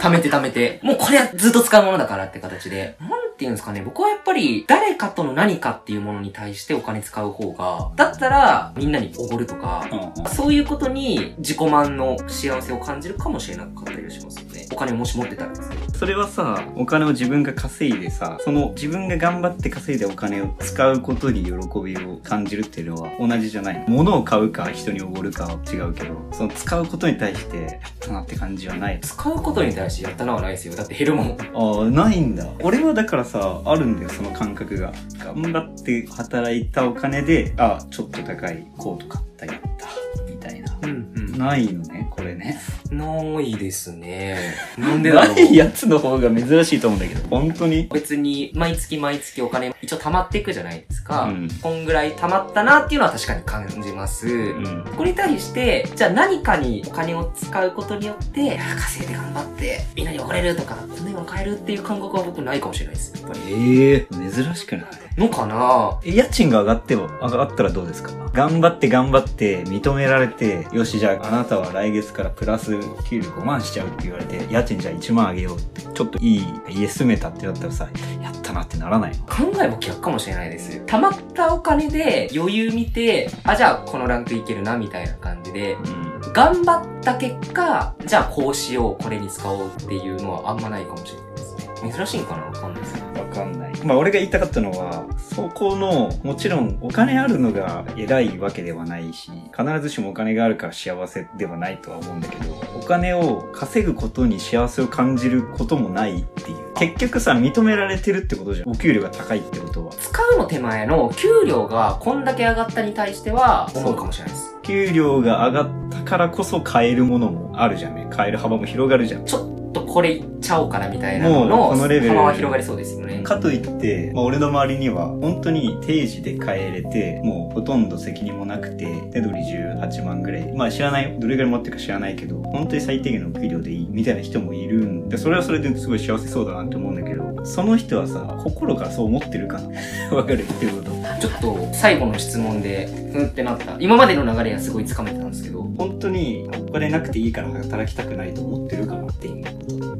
[SPEAKER 3] 貯めて貯めて。もうこれはずっと使うものだからって形で。なんていうんですかね、僕はやっぱり誰かとの何かっていうものに対してお金使う方が、だったらみんなにおごるとか、
[SPEAKER 4] うんうん。
[SPEAKER 3] そういうことに自己満の幸せを感じるかもしれなかったりはしますよね。お金をもし持ってたらですけど。
[SPEAKER 4] それはさ、お金を自分が稼いでさ、その自分が頑張って稼いでお金を使うことに喜びを感じるっていうのは同じじゃないの。物を買うか人におごるかは違うけど、その使うことに対して、やったなって感じはない。
[SPEAKER 3] 使うことに対してやったのはないですよ。だって減るもん。
[SPEAKER 4] ああ、ないんだ。俺はだからさ、あるんだよ、その感覚が。頑張って働いたお金で、あ、ちょっと高いコート買った、やった、みたいな。
[SPEAKER 3] うん
[SPEAKER 4] ないよね、これね。
[SPEAKER 3] うん。ないですね。なんでだろ
[SPEAKER 4] な
[SPEAKER 3] う。
[SPEAKER 4] いやつの方が珍しいと思うんだけど、本当に。
[SPEAKER 3] 別に毎月毎月お金一応貯まっていくじゃないですか、
[SPEAKER 4] うん
[SPEAKER 3] こんぐらい貯まったなっていうのは確かに感じます、
[SPEAKER 4] うん。
[SPEAKER 3] これに対して、じゃあ何かにお金を使うことによって、ああ稼いで頑張って、みんなにおごれるとか、こんなもの買えるっていう感覚は僕ないかもしれないです。やっぱり。
[SPEAKER 4] ええ珍しくない
[SPEAKER 3] のかな
[SPEAKER 4] え家賃が上がっても、上がったらどうですか頑張って頑張って認められて、よしじゃああなたは来月からプラス95万しちゃうって言われて、家賃じゃあ1万あげようって、ちょっといい家住めたってなったらさ、やったなってならないの
[SPEAKER 3] 考えも逆かもしれないです。貯まったお金で余裕見て、あ、じゃあこのランクいけるな、みたいな感じで、
[SPEAKER 4] うん。
[SPEAKER 3] 頑張った結果、じゃあこうしよう、これに使おうっていうのはあんまないかもしれないですね。珍しいんかなわかんないですけど。
[SPEAKER 4] わかんない。まあ俺が言いたかったのは、そこの、もちろんお金あるのが偉いわけではないし、必ずしもお金があるから幸せではないとは思うんだけど、お金を稼ぐことに幸せを感じることもないっていう。結局さ、認められてるってことじゃん。お給料が高いってことは。
[SPEAKER 3] 使うの手前の給料がこんだけ上がったに対しては思うかもしれないです。
[SPEAKER 4] 給料が上がったからこそ買えるものもあるじゃんね。買える幅も広がるじゃん。
[SPEAKER 3] ちょっとこれいっちゃおうかなみたいなの
[SPEAKER 4] もう
[SPEAKER 3] の
[SPEAKER 4] このレベル
[SPEAKER 3] 幅は広がりそうですよね。
[SPEAKER 4] かといって、まあ、俺の周りには本当に定時で買えれて、もうほとんど責任もなくて、手取り18万ぐらい。まあ知らない、どれぐらい持ってるか知らないけど、本当に最低限の給料でいいみたいな人もいるんで、それはそれですごい幸せそうだなって思うんだけど、その人はさ、心からそう思ってるかな。 わかる言ってること。
[SPEAKER 3] ちょっと最後の質問で、ふんってなった。今までの流れはすごいつかめてたんですけど、
[SPEAKER 4] 本当にお金なくていいから働きたくないと思ってるかなっていう。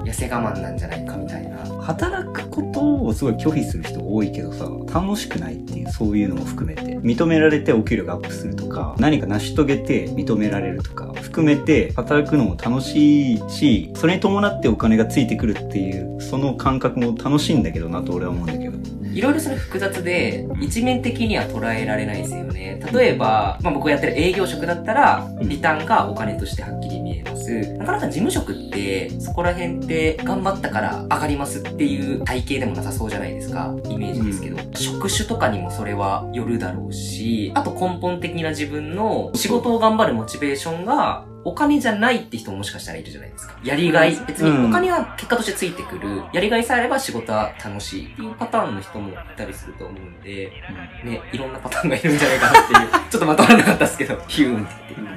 [SPEAKER 3] 痩せ我慢なんじゃないかみたいな。
[SPEAKER 4] 働くことをすごい拒否する人多いけどさ楽しくないっていうそういうのも含めて認められてお給料がアップするとか何か成し遂げて認められるとか含めて働くのも楽しいしそれに伴ってお金がついてくるっていうその感覚も楽しいんだけどなと俺は思うんだけど
[SPEAKER 3] いろいろそれ複雑で、一面的には捉えられないですよね。例えば、まあ、僕がやってる営業職だったら、
[SPEAKER 4] うん
[SPEAKER 3] リターンがお金としてはっきり見えます。なかなか事務職って、そこら辺って頑張ったから上がりますっていう体系でもなさそうじゃないですか。イメージですけど。職種とかにもそれはよるだろうし、あと根本的な自分の仕事を頑張るモチベーションが、お金じゃないって人ももしかしたらいるじゃないですか。やりがい、別にお金は結果としてついてくる、やりがいさえあれば仕事は楽しいっていうパターンの人もいたりすると思うんで、 ね、いろんなパターンがいるんじゃないかなっていう、ちょっとまとまらなかったですけど、ヒューンって言って。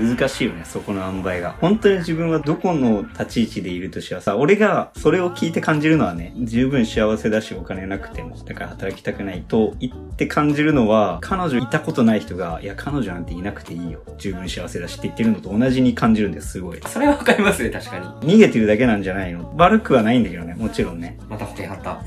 [SPEAKER 4] 難しいよね、そこの塩梅が。本当に自分はどこの立ち位置でいるとしたらさ、俺がそれを聞いて感じるのはね、十分幸せだしお金なくても、だから働きたくないと言って感じるのは、彼女いたことない人が、いや、彼女なんていなくていいよ。十分幸せだしって言ってるのと同じに感じるんです、すごい。
[SPEAKER 3] それはわかりますね、確かに。
[SPEAKER 4] 逃げてるだけなんじゃないの悪くはないんだけどね、もちろんね。
[SPEAKER 3] また保険貼った。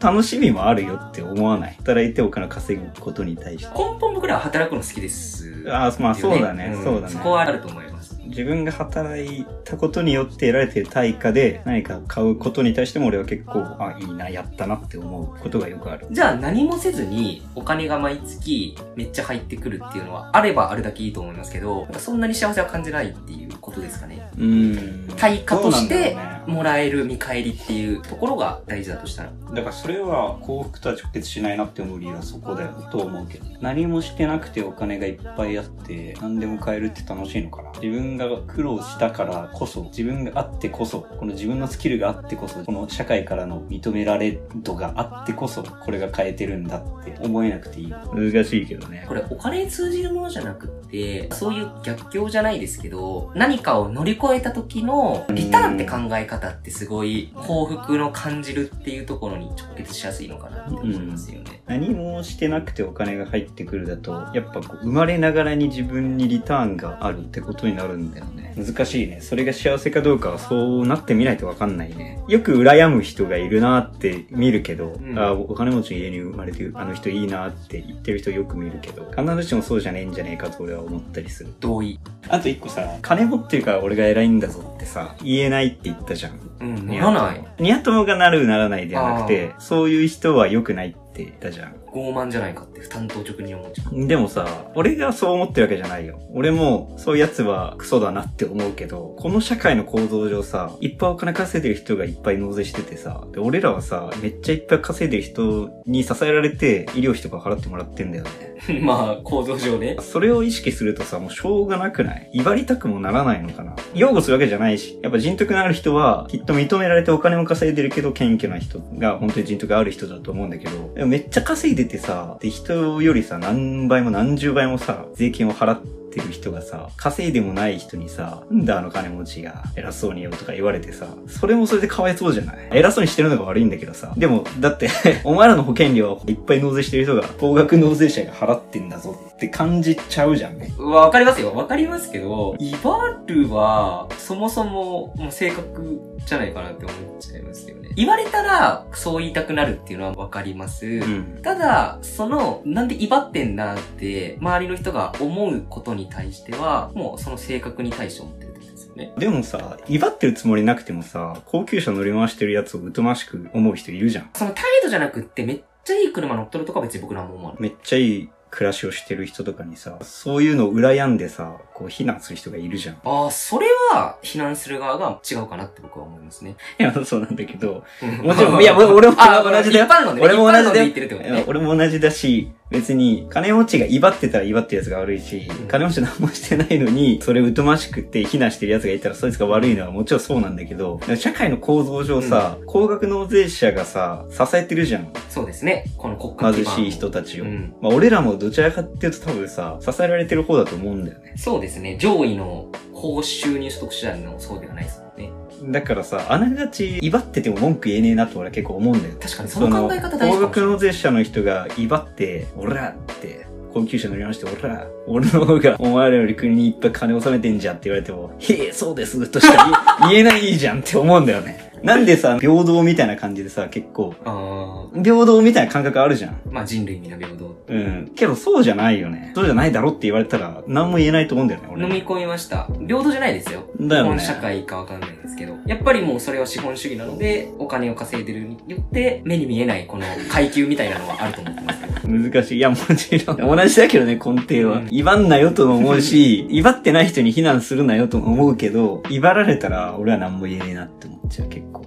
[SPEAKER 4] 楽しみもあるよって思わない。働いてお金を稼ぐことに対して。
[SPEAKER 3] 根本僕らは働くの好きです。
[SPEAKER 4] ああ、まあそうだね、
[SPEAKER 3] ん
[SPEAKER 4] そうだね。
[SPEAKER 3] そこはあると思います。
[SPEAKER 4] 自分が働いたことによって得られてる対価で何か買うことに対しても俺は結構、あ、いいな、やったなって思うことがよくある。
[SPEAKER 3] じゃあ何もせずにお金が毎月めっちゃ入ってくるっていうのはあればあるだけいいと思いますけど、なんかそんなに幸せは感じないっていうことですかね。
[SPEAKER 4] うん
[SPEAKER 3] 対価として
[SPEAKER 4] そうなんだろうね
[SPEAKER 3] もらえる見返りっていうところが大事だとしたら。
[SPEAKER 4] だからそれは幸福とは直結しないなって思う理由はそこだよと思うけど何もしてなくてお金がいっぱいあって何でも買えるって楽しいのかな自分が苦労したからこそ自分があってこそこの自分のスキルがあってこそこの社会からの認められ度があってこそこれが変えてるんだって思えなくていい難しいけどね
[SPEAKER 3] これお金に通じるものじゃなくって、そういう逆境じゃないですけど、何かを乗り越えた時のリターンって考え方ってすごい幸福の感じるっていうところに直結しやすいのかなって思いますよね。
[SPEAKER 4] 何もしてなくてお金が入ってくるだとやっぱこう生まれながらに自分にリターンがあるってことになるんだよね難しいねそれが幸せかどうかはそうなってみないと分かんないねよく羨む人がいるなって見るけど、
[SPEAKER 3] うん
[SPEAKER 4] あお金持ちの家に生まれてるあの人いいなって言ってる人よく見るけど必ずしもそうじゃねえんじゃねえかと俺は思ったりする
[SPEAKER 3] 同意。
[SPEAKER 4] あと一個さ金持ってるから俺が偉いんだぞってさ言えないって言ったじゃん
[SPEAKER 3] うん、な
[SPEAKER 4] ニヤ
[SPEAKER 3] ら
[SPEAKER 4] トモ
[SPEAKER 3] ない。。
[SPEAKER 4] ニヤトモがなるならないではなくて、そういう人は良くないって言ったじゃん。
[SPEAKER 3] 傲慢じゃないかって担当直に思っちゃう。
[SPEAKER 4] でもさ、俺がそう思ってるわけじゃないよ。俺も、そういうやつはクソだなって思うけど、この社会の構造上さ、いっぱいお金稼いでる人がいっぱい納税しててさ、で俺らはさ、めっちゃいっぱい稼いでる人に支えられて、医療費とか払ってもらってんだよね。
[SPEAKER 3] まあ、構造上ね。
[SPEAKER 4] それを意識するとさ、もうしょうがなくない威張りたくもならないのかな擁護するわけじゃないし、やっぱ人徳のある人は、きっと認められてお金も稼いでるけど、謙虚な人が本当に人徳がある人だと思うんだけど、でもめっちゃ稼いでてさ、で人よりさ、何倍も何十倍もさ、税金を払って、る人がさ稼いでもない人にさ「なんだあの金持ちが偉そうによ」とか言われてさそれもそれでかわいそうじゃない偉そうにしてるのが悪いんだけどさでもだってお前らの保険料はいっぱい納税してる人が高額納税者が払ってんだぞって感じちゃうじゃんね
[SPEAKER 3] わかりますよ。わかりますけど、イバルは、そもそも、もう性格じゃないかなって思っちゃいますよね。言われたら、そう言いたくなるっていうのはわかります。
[SPEAKER 4] ん
[SPEAKER 3] ただ、その、なんで威張ってんなって、周りの人が思うことに対しては、もうその性格に対して思ってるってことですよね。
[SPEAKER 4] でもさ、威張ってるつもりなくてもさ、高級車乗り回してるやつを疎ましく思う人いるじゃん。
[SPEAKER 3] その態度じゃなくって、めっちゃいい車乗っとるとか別に僕らも思わない。
[SPEAKER 4] めっちゃいい暮らしをしてる人とかにさ、そういうのを羨んでさ、こう非難する人がいるじゃん。い
[SPEAKER 3] ああ、それは、非難する側が違うかなって僕は思いますね。
[SPEAKER 4] や、そうなんだけど、
[SPEAKER 3] も
[SPEAKER 4] もちろん、いや、俺俺も同じだよ
[SPEAKER 3] 一。般論で、
[SPEAKER 4] 俺も同じ
[SPEAKER 3] 一般
[SPEAKER 4] だよ
[SPEAKER 3] 論で言ってるってこと
[SPEAKER 4] いや
[SPEAKER 3] ね。
[SPEAKER 4] 俺も同じだし、別に、金持ちが威張ってたら威張ってるやつが悪いし
[SPEAKER 3] うん、
[SPEAKER 4] 金持ち何もしてないのに、それを疎ましくて非難してるやつがいたらそいつが悪いのはもちろんそうなんだけど、社会の構造上さ、高額納税者がさ、支えてるじゃん。
[SPEAKER 3] そうですね。この国家基
[SPEAKER 4] 貧
[SPEAKER 3] 盤
[SPEAKER 4] しい人たちを。
[SPEAKER 3] うん
[SPEAKER 4] まあ、俺らもどちらかっていうと多分さ、支えられてる方だと思うんだよね。
[SPEAKER 3] そうですね。上位の高収入所得者のそうではないですもんね。
[SPEAKER 4] だからさ、あながち威張ってても文句言えねえなと俺は結構思うんだよ。
[SPEAKER 3] 確かに、その考え方大事
[SPEAKER 4] 高
[SPEAKER 3] かもし
[SPEAKER 4] 額
[SPEAKER 3] れない。
[SPEAKER 4] 納税者の人が威張って、おらって、高級車乗りまして、おら俺の方がお前らより国にいっぱい金納めてんじゃんって言われ ても、へえ、そうですとしか言え言えないじゃんって思うんだ よね。なんでさ、平等みたいな感じでさ、結構、
[SPEAKER 3] あ
[SPEAKER 4] 平等みたいな感覚あるじゃん。
[SPEAKER 3] ーまあ人類皆平等。
[SPEAKER 4] うん。けどそうじゃないよね。そうじゃないだろって言われたら、何も言えないと思うんだよね、俺。
[SPEAKER 3] 飲み込みました。平等じゃないですよ。
[SPEAKER 4] だよね
[SPEAKER 3] 日本社会かわかんないですけど。やっぱりもうそれは資本主義なので、お金を稼いでるによって、目に見えないこの階級みたいなのはあると思ってますけ ど。
[SPEAKER 4] 難しい。いや、もちろん。同じだけどね、根底
[SPEAKER 3] う
[SPEAKER 4] は
[SPEAKER 3] ん。
[SPEAKER 4] 威張んなよとも思う し、威張ってない人に非難するなよとも思うけど、威張られたら俺は何も言えねえなって思っちゃう、結構。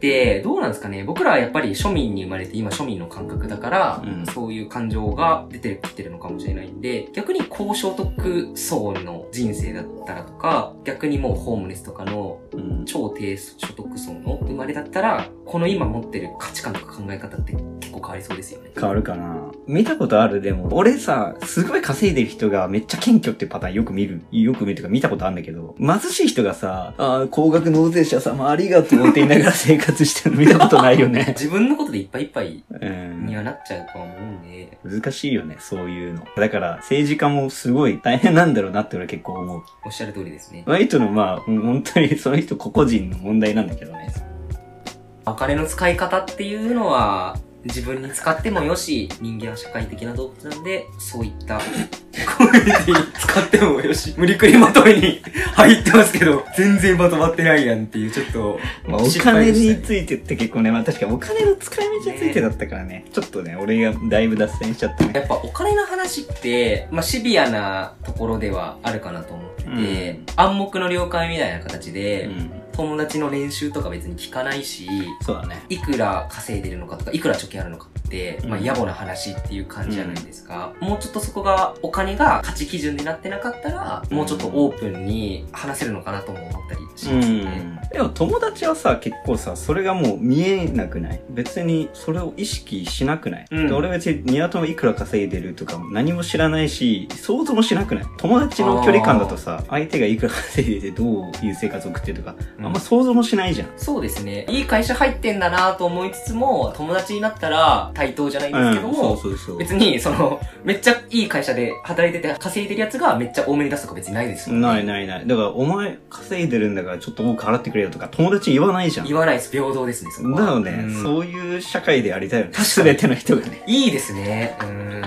[SPEAKER 3] で、どうなんですかね僕らはやっぱり庶民に生まれて、今庶民の感覚だから、
[SPEAKER 4] うん
[SPEAKER 3] そういう感情が出てきてるのかもしれないんで、逆に高所得層の人生だったらとか、逆にもうホームレスとかの
[SPEAKER 4] うん。
[SPEAKER 3] 超低所得層の生まれだったら、この今持ってる価値観とか考え方って結構変わりそうですよね。
[SPEAKER 4] 変わるかな見たことあるでも、俺さ、すごい稼いでる人がめっちゃ謙虚っていうパターンよく見る。よく見るというか見たことあるんだけど、貧しい人がさ、ああ、高額納税者様ありがとうって言いながら生活してるの見たことないよ ね。
[SPEAKER 3] 自分のことでいっぱいいっぱいうに
[SPEAKER 4] ん。
[SPEAKER 3] はなっちゃうとは思うんで、
[SPEAKER 4] 難しいよね、そういうの。だから、政治家もすごい大変なんだろうなって俺結構思う。
[SPEAKER 3] おっしゃる通りですね。
[SPEAKER 4] 割とのまあ、本当にその人個々人の問題なんだけどね。
[SPEAKER 3] お金の使い方っていうのは、自分に使ってもよし、人間は社会的な動物なんで、そういった、 コミュニティに使ってもよし。無理くりまとめに入ってますけど、全然まとまってないやんっていう、ちょっと、
[SPEAKER 4] まあ、お金についてって結構ね、まあ確かにお金の使い道についてだったからね。ちょっとね、俺がだいぶ脱線しちゃったね。
[SPEAKER 3] やっぱお金の話って、まあ、シビアなところではあるかなと思ってて、
[SPEAKER 4] うん
[SPEAKER 3] 暗黙の了解みたいな形で、
[SPEAKER 4] うん。
[SPEAKER 3] 友達の練習とか別に聞かないし、
[SPEAKER 4] そうだね。
[SPEAKER 3] いくら稼いでるのかとか、いくら貯金あるのかって、まあ、
[SPEAKER 4] うん
[SPEAKER 3] 野暮な話っていう感じじゃないですか。もうちょっとそこが、お金が価値基準になってなかったら、もうちょっとオープンに話せるのかなとも思ったりしますね。
[SPEAKER 4] でも友達はさ結構さそれがもう見えなくない別にそれを意識しなくない、
[SPEAKER 3] うん
[SPEAKER 4] で俺別にニワトもいくら稼いでるとか何も知らないし想像もしなくない友達の距離感だとさ相手がいくら稼いでてどういう生活を送ってるとか、
[SPEAKER 3] うん
[SPEAKER 4] あんま想像もしないじゃん
[SPEAKER 3] そうですね。いい会社入ってんだなと思いつつも、友達になったら対等じゃないんですけども、
[SPEAKER 4] そうそうそう
[SPEAKER 3] 別に、その、めっちゃいい会社で働いてて稼いでるやつがめっちゃ多めに出すとか別にないですよね。
[SPEAKER 4] ないないないだからお前稼いでるんだからちょっと多く払ってくれよとか友達に言わないじゃん
[SPEAKER 3] 言わないです。平等ですね、そこは
[SPEAKER 4] だよね、
[SPEAKER 3] うん
[SPEAKER 4] そういう社会でありたいよね
[SPEAKER 3] 確かに
[SPEAKER 4] 全ての人がね
[SPEAKER 3] いいですね。うん。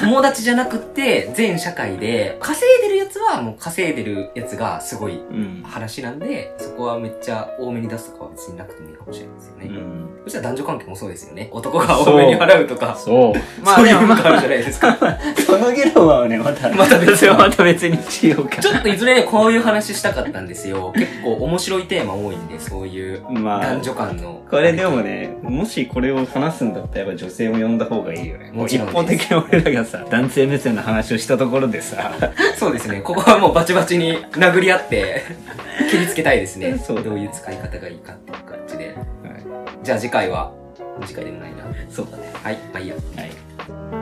[SPEAKER 3] 友達じゃなくって、全社会で、稼いでるやつはもう稼いでるやつがすごい
[SPEAKER 4] うん
[SPEAKER 3] 話なんで、そこはめっちゃ多めに出すとかは別になくてもいいかもしれないですよ
[SPEAKER 4] う
[SPEAKER 3] ね。
[SPEAKER 4] ん
[SPEAKER 3] そしたら男女関係もそうですよね。男が多めに払うとか、
[SPEAKER 4] そう。
[SPEAKER 3] そういう文化あるじゃないですか。
[SPEAKER 4] その議論はね、また、
[SPEAKER 3] また別に
[SPEAKER 4] また別にしようか
[SPEAKER 3] ち。ょっといずれこういう話したかったんですよ。結構面白いテーマ多いんで、そういう
[SPEAKER 4] まあ
[SPEAKER 3] 男、女間の。
[SPEAKER 4] これでもね、もしこれを話すんだったらやっぱ女性も呼んだ方がいいよね。
[SPEAKER 3] もちろん
[SPEAKER 4] 一方的に俺らがさ、男性目線の話をしたところでさ、
[SPEAKER 3] そうですね。ここはもうバチバチに殴り合って、切りつけたいですね。
[SPEAKER 4] そう
[SPEAKER 3] どういう使い方がいいかっていう感じで。じゃあ次回は、次回でもないな。
[SPEAKER 4] そうだね。
[SPEAKER 3] はい、まあいいや。
[SPEAKER 4] はい。